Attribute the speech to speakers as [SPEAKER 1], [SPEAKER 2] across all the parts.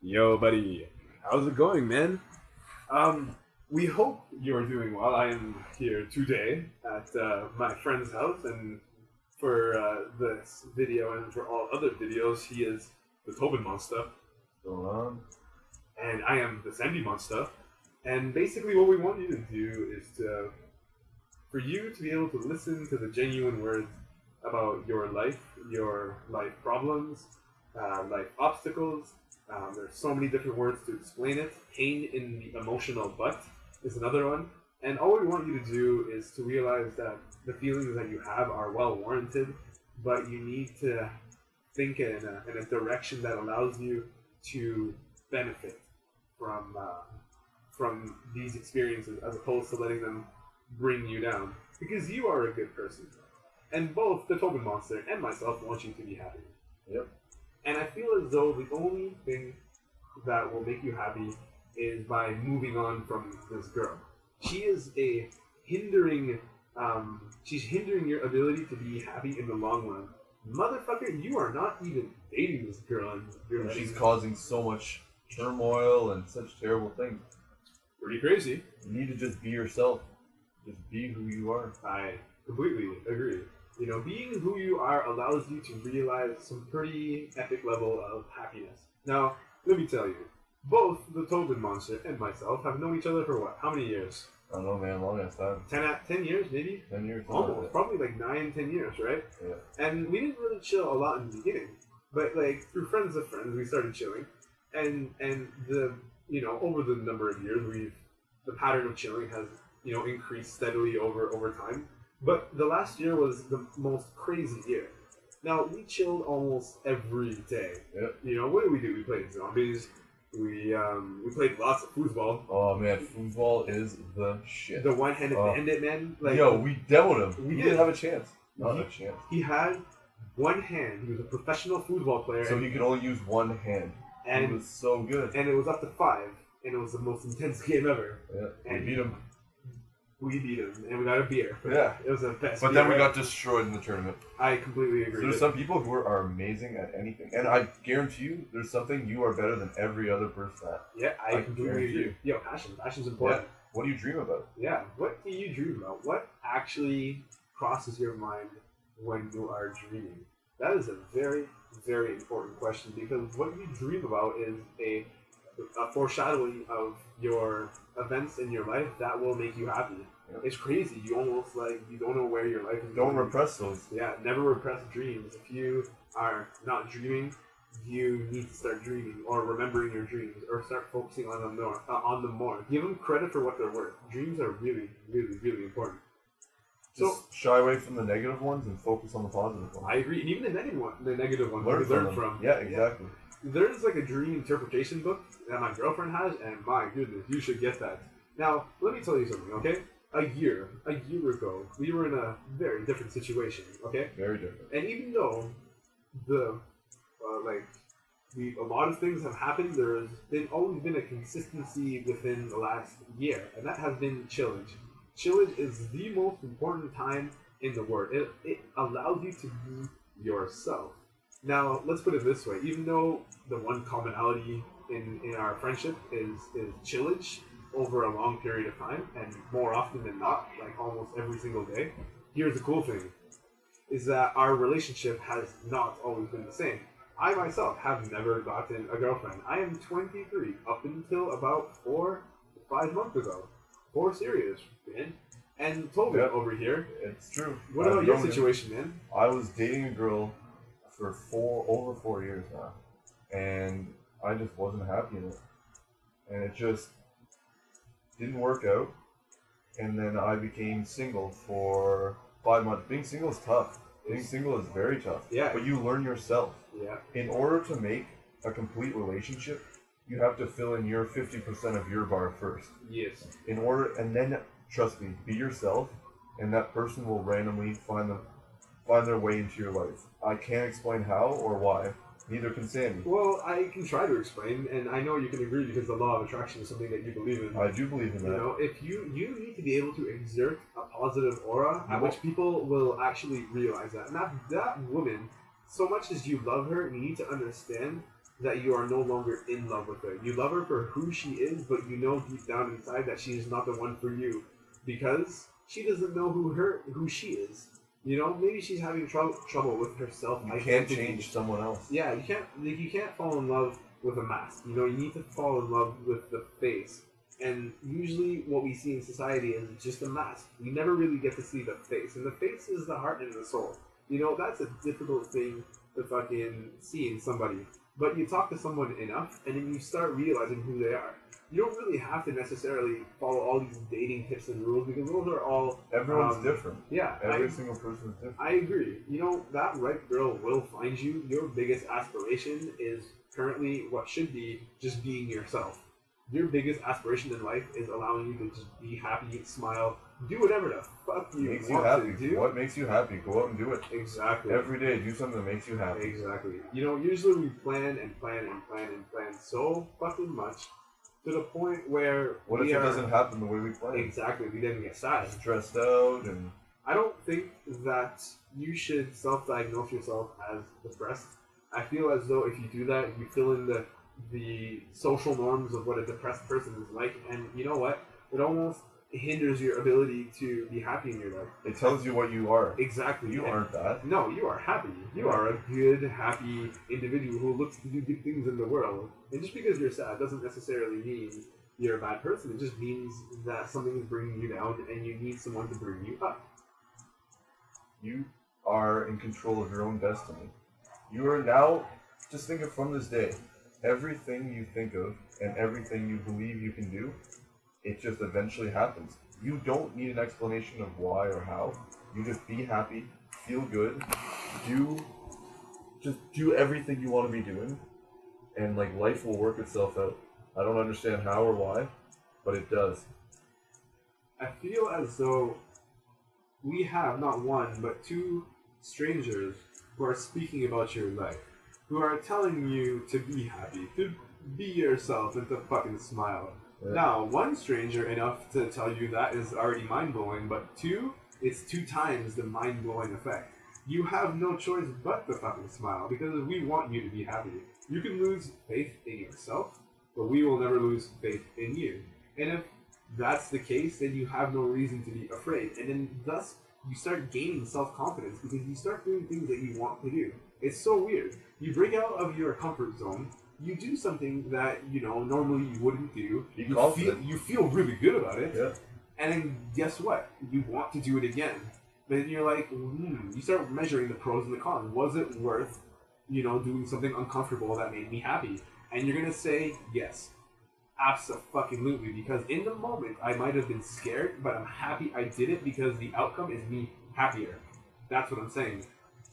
[SPEAKER 1] Yo, buddy. How's it going, man? Um, we hope you're doing well. I am here today at uh, my friend's house, and for uh, this video and for all other videos, he is the Tobin Monster,
[SPEAKER 2] Go on.
[SPEAKER 1] and I am the Sandy Monster. And basically, what we want you to do is to, for you to be able to listen to the genuine words about your life, your life problems, uh, life obstacles. Um, there's so many different words to explain it. Pain in the emotional butt is another one. And all we want you to do is to realize that the feelings that you have are well warranted, but you need to think in a, in a direction that allows you to benefit from uh, from these experiences as opposed to letting them bring you down. Because you are a good person. And both the Tobin Monster and myself want you to be happy.
[SPEAKER 2] Yep.
[SPEAKER 1] And I feel as though the only thing that will make you happy is by moving on from this girl. She is a hindering. Um, she's hindering your ability to be happy in the long run. Motherfucker, you are not even dating this girl, and you're
[SPEAKER 2] And she's
[SPEAKER 1] letting-
[SPEAKER 2] causing so much turmoil and such terrible things.
[SPEAKER 1] pretty crazy.
[SPEAKER 2] You need to just be yourself. Just be who you are.
[SPEAKER 1] I completely agree. You know, being who you are allows you to realize some pretty epic level of happiness. Now, let me tell you, both the Tobin monster and myself have known each other for what? How many years?
[SPEAKER 2] I don't know, man. Long ass time.
[SPEAKER 1] Ten, at- ten years, maybe?
[SPEAKER 2] Ten years. something
[SPEAKER 1] Almost,
[SPEAKER 2] like
[SPEAKER 1] probably like nine, ten years, right?
[SPEAKER 2] that. Yeah.
[SPEAKER 1] And we didn't really chill a lot in the beginning, but like through friends of friends, we started chilling, and and the you know over the number of years we've the pattern of chilling has you know increased steadily over over time. But the last year was the most crazy year. Now we chilled almost every day.
[SPEAKER 2] Yep.
[SPEAKER 1] You know what did we do? We played zombies. We um, we played lots of foosball.
[SPEAKER 2] Oh man, foosball is the shit.
[SPEAKER 1] The one-handed
[SPEAKER 2] Oh.
[SPEAKER 1] bandit man, like
[SPEAKER 2] Yo, we demoed him.
[SPEAKER 1] We
[SPEAKER 2] We,
[SPEAKER 1] did.
[SPEAKER 2] didn't have a chance. Not
[SPEAKER 1] Mhm.
[SPEAKER 2] a chance.
[SPEAKER 1] he had one hand. He was a professional foosball player,
[SPEAKER 2] So
[SPEAKER 1] and-
[SPEAKER 2] he could only use one hand.
[SPEAKER 1] and
[SPEAKER 2] he was so good.
[SPEAKER 1] and it was up to five, and it was the most intense game ever.
[SPEAKER 2] Yeah. We
[SPEAKER 1] and-
[SPEAKER 2] beat him.
[SPEAKER 1] We beat them, and we got a beer.
[SPEAKER 2] Yeah.
[SPEAKER 1] It was the best.
[SPEAKER 2] But
[SPEAKER 1] beer
[SPEAKER 2] then we
[SPEAKER 1] ever.
[SPEAKER 2] got destroyed in the tournament.
[SPEAKER 1] I completely agree.
[SPEAKER 2] There's some people who are, are amazing at anything, and I guarantee you, there's something you are better than every other person at.
[SPEAKER 1] yeah, I,
[SPEAKER 2] I
[SPEAKER 1] completely
[SPEAKER 2] guarantee
[SPEAKER 1] agree. Yo, passion, passion's important.
[SPEAKER 2] What do you dream about?
[SPEAKER 1] Yeah. What do you dream about? What actually crosses your mind when you are dreaming? That is a very, very important question because what you dream about is a, a foreshadowing of your events in your life that will make you happy.
[SPEAKER 2] Yeah.
[SPEAKER 1] It's crazy. You almost like you don't know where your life is.
[SPEAKER 2] Don't
[SPEAKER 1] going.
[SPEAKER 2] repress those.
[SPEAKER 1] Yeah, never repress dreams. If you are not dreaming, you need to start dreaming or remembering your dreams or start focusing on them more. Uh, on them more. Give them credit for what they're worth. Dreams are really, really, really important. So-
[SPEAKER 2] Just shy away from the negative ones and focus on the positive ones.
[SPEAKER 1] I agree, and even the negative one, the negative one, learn, learn
[SPEAKER 2] them.
[SPEAKER 1] from.
[SPEAKER 2] Yeah, exactly.
[SPEAKER 1] There's like a dream interpretation book that my girlfriend has, and my goodness, you should get that. Now, let me tell you something, okay? A year, a year ago, we were in a very different situation, okay?
[SPEAKER 2] Very different.
[SPEAKER 1] And even though the uh, like the a lot of things have happened, there's been always been a consistency within the last year, and that has been chillage. Chillage is the most important time in the word. It it allows you to be yourself. Now let's put it this way: even though the one commonality in in our friendship is is chillage over a long period of time, and more often than not, like almost every single day. Here's the cool thing: is that our relationship has not always been the same. I myself have never gotten a girlfriend. I am 23 up until about four, five months ago. Four serious, man. And Tobin
[SPEAKER 2] Yep.
[SPEAKER 1] over here.
[SPEAKER 2] It's true.
[SPEAKER 1] What
[SPEAKER 2] I've
[SPEAKER 1] about your
[SPEAKER 2] known him.
[SPEAKER 1] Uh, situation, man?
[SPEAKER 2] I was dating a girl for four over four years now, and I just wasn't happy in it, and it just didn't work out. And then I became single for five months. Being single is tough. Being single is very tough.
[SPEAKER 1] Yeah.
[SPEAKER 2] But you learn yourself.
[SPEAKER 1] Yeah,
[SPEAKER 2] In order to make a complete relationship, you have to fill in your fifty percent of your bar first
[SPEAKER 1] yes.
[SPEAKER 2] in order and then trust me be yourself and that person will randomly find them find their way into your life i can't explain how or why neither can sandy
[SPEAKER 1] Well, I can try to explain, and I know you can agree because the law of attraction is something that you believe in.
[SPEAKER 2] i do believe in
[SPEAKER 1] You
[SPEAKER 2] that
[SPEAKER 1] know, if you you need to be able to exert a positive aura,
[SPEAKER 2] You
[SPEAKER 1] at which people will actually realize that. And that that woman, so much as you love her, you need to understand that you are no longer in love with her. You love her for who she is, but you know deep down inside that she is not the one for you because she doesn't know who her who she is. You know, maybe she's having trouble trouble with herself.
[SPEAKER 2] You can't
[SPEAKER 1] identity.
[SPEAKER 2] change someone else.
[SPEAKER 1] Yeah, you can't like you can't fall in love with a mask. You know, you need to fall in love with the face. And usually, what we see in society is just a mask. We never really get to see the face, and the face is the heart and the soul. You know, that's a difficult thing to fucking see in somebody. But you talk to someone enough, and then you start realizing who they are. You don't really have to necessarily follow all these dating tips and rules because those are all
[SPEAKER 2] Everyone's
[SPEAKER 1] Um,
[SPEAKER 2] different.
[SPEAKER 1] yeah. I-
[SPEAKER 2] Every single person is different.
[SPEAKER 1] I agree. You know, that right girl will find you. Your biggest aspiration is currently what should be just being yourself. Your biggest aspiration in life is allowing you to just be happy, smile, do whatever the fuck you
[SPEAKER 2] makes you
[SPEAKER 1] want
[SPEAKER 2] happy.
[SPEAKER 1] to do.
[SPEAKER 2] What makes you happy? Go out and do it
[SPEAKER 1] Exactly.
[SPEAKER 2] every day. Do something that makes you happy.
[SPEAKER 1] Exactly. You know, usually we plan and plan and plan and plan so fucking much to the point where
[SPEAKER 2] What if
[SPEAKER 1] we
[SPEAKER 2] it
[SPEAKER 1] are
[SPEAKER 2] doesn't happen the way we planned?
[SPEAKER 1] exactly we then get sad.
[SPEAKER 2] Stressed out and
[SPEAKER 1] I don't think that you should self-diagnose yourself as depressed. I feel as though if you do that, you fill in the the social norms of what a depressed person is like, and you know what? It almost hinders your ability to be happy in your life.
[SPEAKER 2] it tells you what you are.
[SPEAKER 1] Exactly.
[SPEAKER 2] You
[SPEAKER 1] And-
[SPEAKER 2] aren't that.
[SPEAKER 1] No, you are happy. You are a good, happy individual who looks to do good things in the world. And just because you're sad doesn't necessarily mean you're a bad person. It just means that something is bringing you down, and you need someone to bring you up.
[SPEAKER 2] You are in control of your own destiny. You are now, just think of from this day, everything you think of and everything you believe you can do, it just eventually happens. You don't need an explanation of why or how. You just be happy, feel good, do just do everything you want to be doing, and like life will work itself out. I don't understand how or why, but it does.
[SPEAKER 1] I feel as though we have not one, but two strangers who are speaking about your life, who are telling you to be happy, to be yourself, and to fucking smile.
[SPEAKER 2] Yeah.
[SPEAKER 1] Now, one stranger enough to tell you that is already mind blowing, but two, it's two times the mind blowing effect. You have no choice but to fucking smile because we want you to be happy. You can lose faith in yourself, but we will never lose faith in you. And if that's the case, then you have no reason to be afraid. And then thus you start gaining self confidence because you start doing things that you want to do. It's so weird. You break out of your comfort zone, you do something that, you know, normally you wouldn't do.
[SPEAKER 2] Be
[SPEAKER 1] You feel,
[SPEAKER 2] confident.
[SPEAKER 1] you feel really good about it.
[SPEAKER 2] Yeah.
[SPEAKER 1] And then guess what? You want to do it again. But then you're like, hmm, you start measuring the pros and the cons. Was it worth, you know, doing something uncomfortable that made me happy? And you're gonna say yes, absolutely, because in the moment I might have been scared, but I'm happy I did it because the outcome is me happier. That's what I'm saying,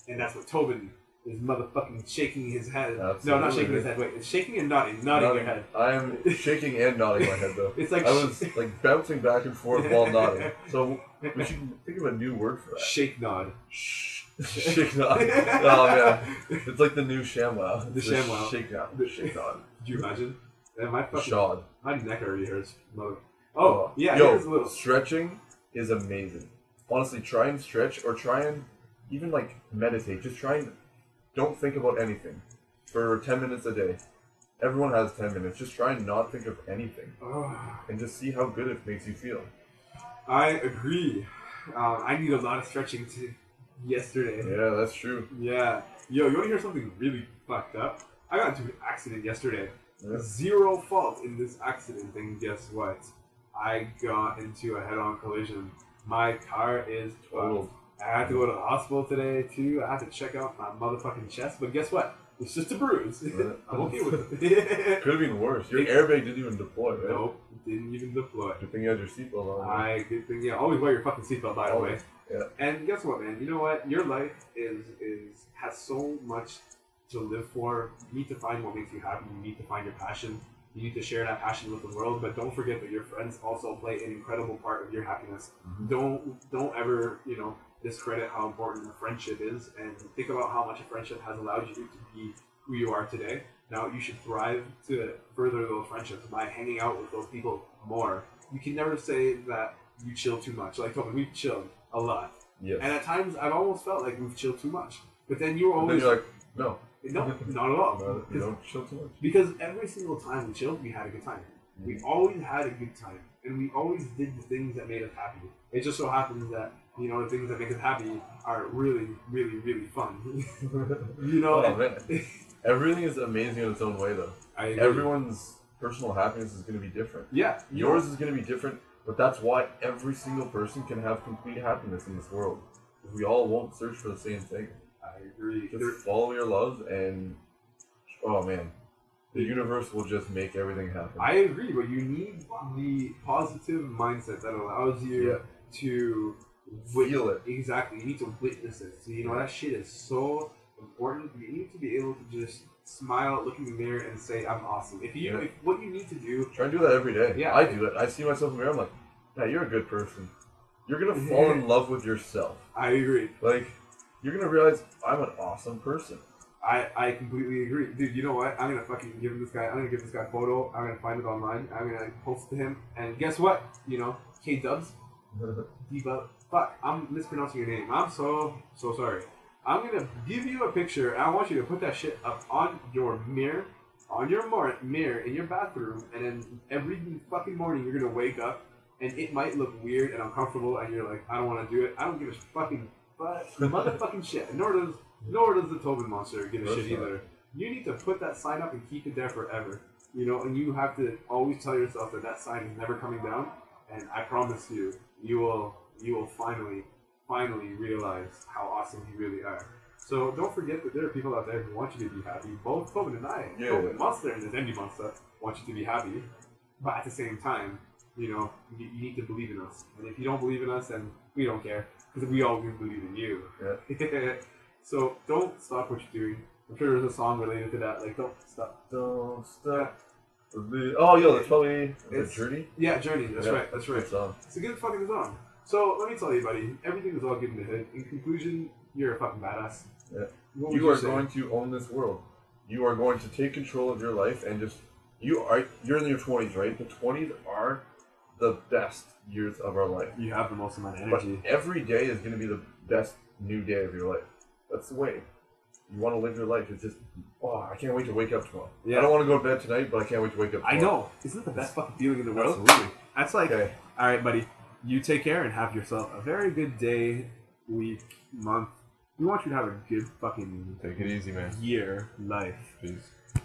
[SPEAKER 1] and that's what Tobin is motherfucking shaking his head. No, not
[SPEAKER 2] Absolutely.
[SPEAKER 1] shaking his head. Wait, it's shaking and nodding, nodding your head.
[SPEAKER 2] I am shaking and nodding my head though.
[SPEAKER 1] It's like
[SPEAKER 2] I was like bouncing back and forth while nodding. So we should think of a new word for that.
[SPEAKER 1] shake nod.
[SPEAKER 2] Sh- shake nod. Oh man, it's like the new ShamWow.
[SPEAKER 1] The
[SPEAKER 2] It's
[SPEAKER 1] ShamWow.
[SPEAKER 2] Shake nod.
[SPEAKER 1] The-
[SPEAKER 2] shake nod.
[SPEAKER 1] Do you imagine? And my
[SPEAKER 2] The
[SPEAKER 1] fucking
[SPEAKER 2] shod. Uh,
[SPEAKER 1] my neck already hurts. Mother. Oh yeah,
[SPEAKER 2] Yo,
[SPEAKER 1] here's a little.
[SPEAKER 2] stretching is amazing. Honestly, try and stretch or try and even like meditate. Just try and don't think about anything for ten minutes a day. Everyone has ten minutes. Just try and not think of anything
[SPEAKER 1] Oh,
[SPEAKER 2] and just see how good it makes you feel.
[SPEAKER 1] I agree. Um, I need a lot of stretching to yesterday.
[SPEAKER 2] Yeah, that's true.
[SPEAKER 1] Yeah. Yo, you want to hear something really fucked up? I got into an accident yesterday.
[SPEAKER 2] Yeah.
[SPEAKER 1] Zero fault in this accident, and guess what? I got into a head-on collision. My car is totaled.
[SPEAKER 2] Total.
[SPEAKER 1] I had to go to the hospital today too. I had to check out my motherfucking chest, but guess what? It's just a bruise.
[SPEAKER 2] Yeah.
[SPEAKER 1] I'm okay with it.
[SPEAKER 2] Could have been worse. Your
[SPEAKER 1] It-
[SPEAKER 2] airbag didn't even deploy, right?
[SPEAKER 1] nope, didn't even deploy.
[SPEAKER 2] Good thing you had your seatbelt on.
[SPEAKER 1] I good thing yeah, always wear your fucking seatbelt by the way.
[SPEAKER 2] Always, yeah.
[SPEAKER 1] And guess what, man? You know what? Your life is is has so much to live for. You need to find what makes you happy. You need to find your passion. You need to share that passion with the world. But don't forget that your friends also play an incredible part of your happiness.
[SPEAKER 2] Mhm.
[SPEAKER 1] Don't don't ever you know discredit how important a friendship is, and think about how much a friendship has allowed you to be who you are today. Now you should thrive to further those friendships by hanging out with those people more. You can never say that you chill too much. Like Tobin, we've chilled a lot.
[SPEAKER 2] yes.
[SPEAKER 1] And at times, I've almost felt like we've chilled too much. But then you
[SPEAKER 2] But
[SPEAKER 1] always, Oh.
[SPEAKER 2] then you're like, no,
[SPEAKER 1] No, not at all.
[SPEAKER 2] No, you don't chill too much.
[SPEAKER 1] Because every single time we chilled, we had a good time. We always had a good time, and we always did the things that made us happy. It just so happens that you know the things that make us happy are really, really, really fun. you know,
[SPEAKER 2] oh man, everything is amazing in its own way, though.
[SPEAKER 1] I agree.
[SPEAKER 2] Everyone's personal happiness is going to be different.
[SPEAKER 1] Yeah,
[SPEAKER 2] Yours is going to be different, but that's why every single person can have complete happiness in this world. We all won't search for the same thing.
[SPEAKER 1] I agree. There-
[SPEAKER 2] Just follow your loves, and oh man, the universe will just make everything happen.
[SPEAKER 1] I agree, but you need the positive mindset that allows you
[SPEAKER 2] Yeah.
[SPEAKER 1] to
[SPEAKER 2] feel it.
[SPEAKER 1] Exactly. You need to witness it. So you know that shit is so important. You need to be able to just smile, look in the mirror, and say, "I'm awesome." If you
[SPEAKER 2] Yeah.
[SPEAKER 1] if what you need to do,
[SPEAKER 2] Try and do that every day.
[SPEAKER 1] Yeah.
[SPEAKER 2] I do it. I see myself in the mirror. I'm like, yeah, you're a good person. You're gonna fall in love with yourself.
[SPEAKER 1] I agree.
[SPEAKER 2] Like, you're gonna realize I'm an awesome person.
[SPEAKER 1] I I completely agree, dude. You know what? I'm gonna fucking give this guy. I'm gonna give this guy a photo. I'm gonna find it online. I'm gonna post to him. And guess what? You know, K Dubs, D Bub. Fuck, I'm mispronouncing your name. I'm so so sorry. I'm gonna give you a picture. And I want you to put that shit up on your mirror, on your mor- mirror in your bathroom, and then every fucking morning you're gonna wake up, and it might look weird and uncomfortable, and you're like, I don't want to do it. I don't give a fucking but motherfucking shit. Nor does nor does the Tobin monster give a
[SPEAKER 2] That's
[SPEAKER 1] shit
[SPEAKER 2] right.
[SPEAKER 1] either. You need to put that sign up and keep it there forever. You know, and you have to always tell yourself that that sign is never coming down. And I promise you, you will you will finally finally realize how awesome you really are. So don't forget that there are people out there who want you to be happy. Both Tobin and I,
[SPEAKER 2] Yeah.
[SPEAKER 1] Tobin Monster and the Zendy Monster, want you to be happy. But at the same time, you know, you, you need to believe in us. And if you don't believe in us, then we don't care because we always believe in you. so don't stop what you're doing. I'm sure there's a song related to that. Like, don't stop.
[SPEAKER 2] Don't stop. the- Oh, yo, that's probably
[SPEAKER 1] It's-
[SPEAKER 2] it's, Journey.
[SPEAKER 1] Yeah, Journey. That's
[SPEAKER 2] Yeah.
[SPEAKER 1] right. That's right.
[SPEAKER 2] Good song.
[SPEAKER 1] It's a good fucking song. So let me tell you, buddy. Everything is all good in the hood. In conclusion, you're a fucking badass.
[SPEAKER 2] Yeah.
[SPEAKER 1] What would
[SPEAKER 2] You are
[SPEAKER 1] say?
[SPEAKER 2] going to own this world. You are going to take control of your life and just you are you're in your twenties, right? The twenties are the best years of our life.
[SPEAKER 1] You have the most amount of
[SPEAKER 2] But
[SPEAKER 1] energy.
[SPEAKER 2] every day is going to be the best new day of your life. That's the way. You want to live your life. It's just, oh, I can't wait to wake up tomorrow.
[SPEAKER 1] Yeah.
[SPEAKER 2] I don't want to go to bed tonight, but I can't wait to wake up
[SPEAKER 1] I
[SPEAKER 2] tomorrow.
[SPEAKER 1] know. Isn't that the best fucking feeling in the world?
[SPEAKER 2] Absolutely.
[SPEAKER 1] That's like,
[SPEAKER 2] Okay.
[SPEAKER 1] all right, buddy. You take care and have yourself a very good day, week, month. We want you to have a good fucking
[SPEAKER 2] Take it easy, man.
[SPEAKER 1] year life.
[SPEAKER 2] Peace.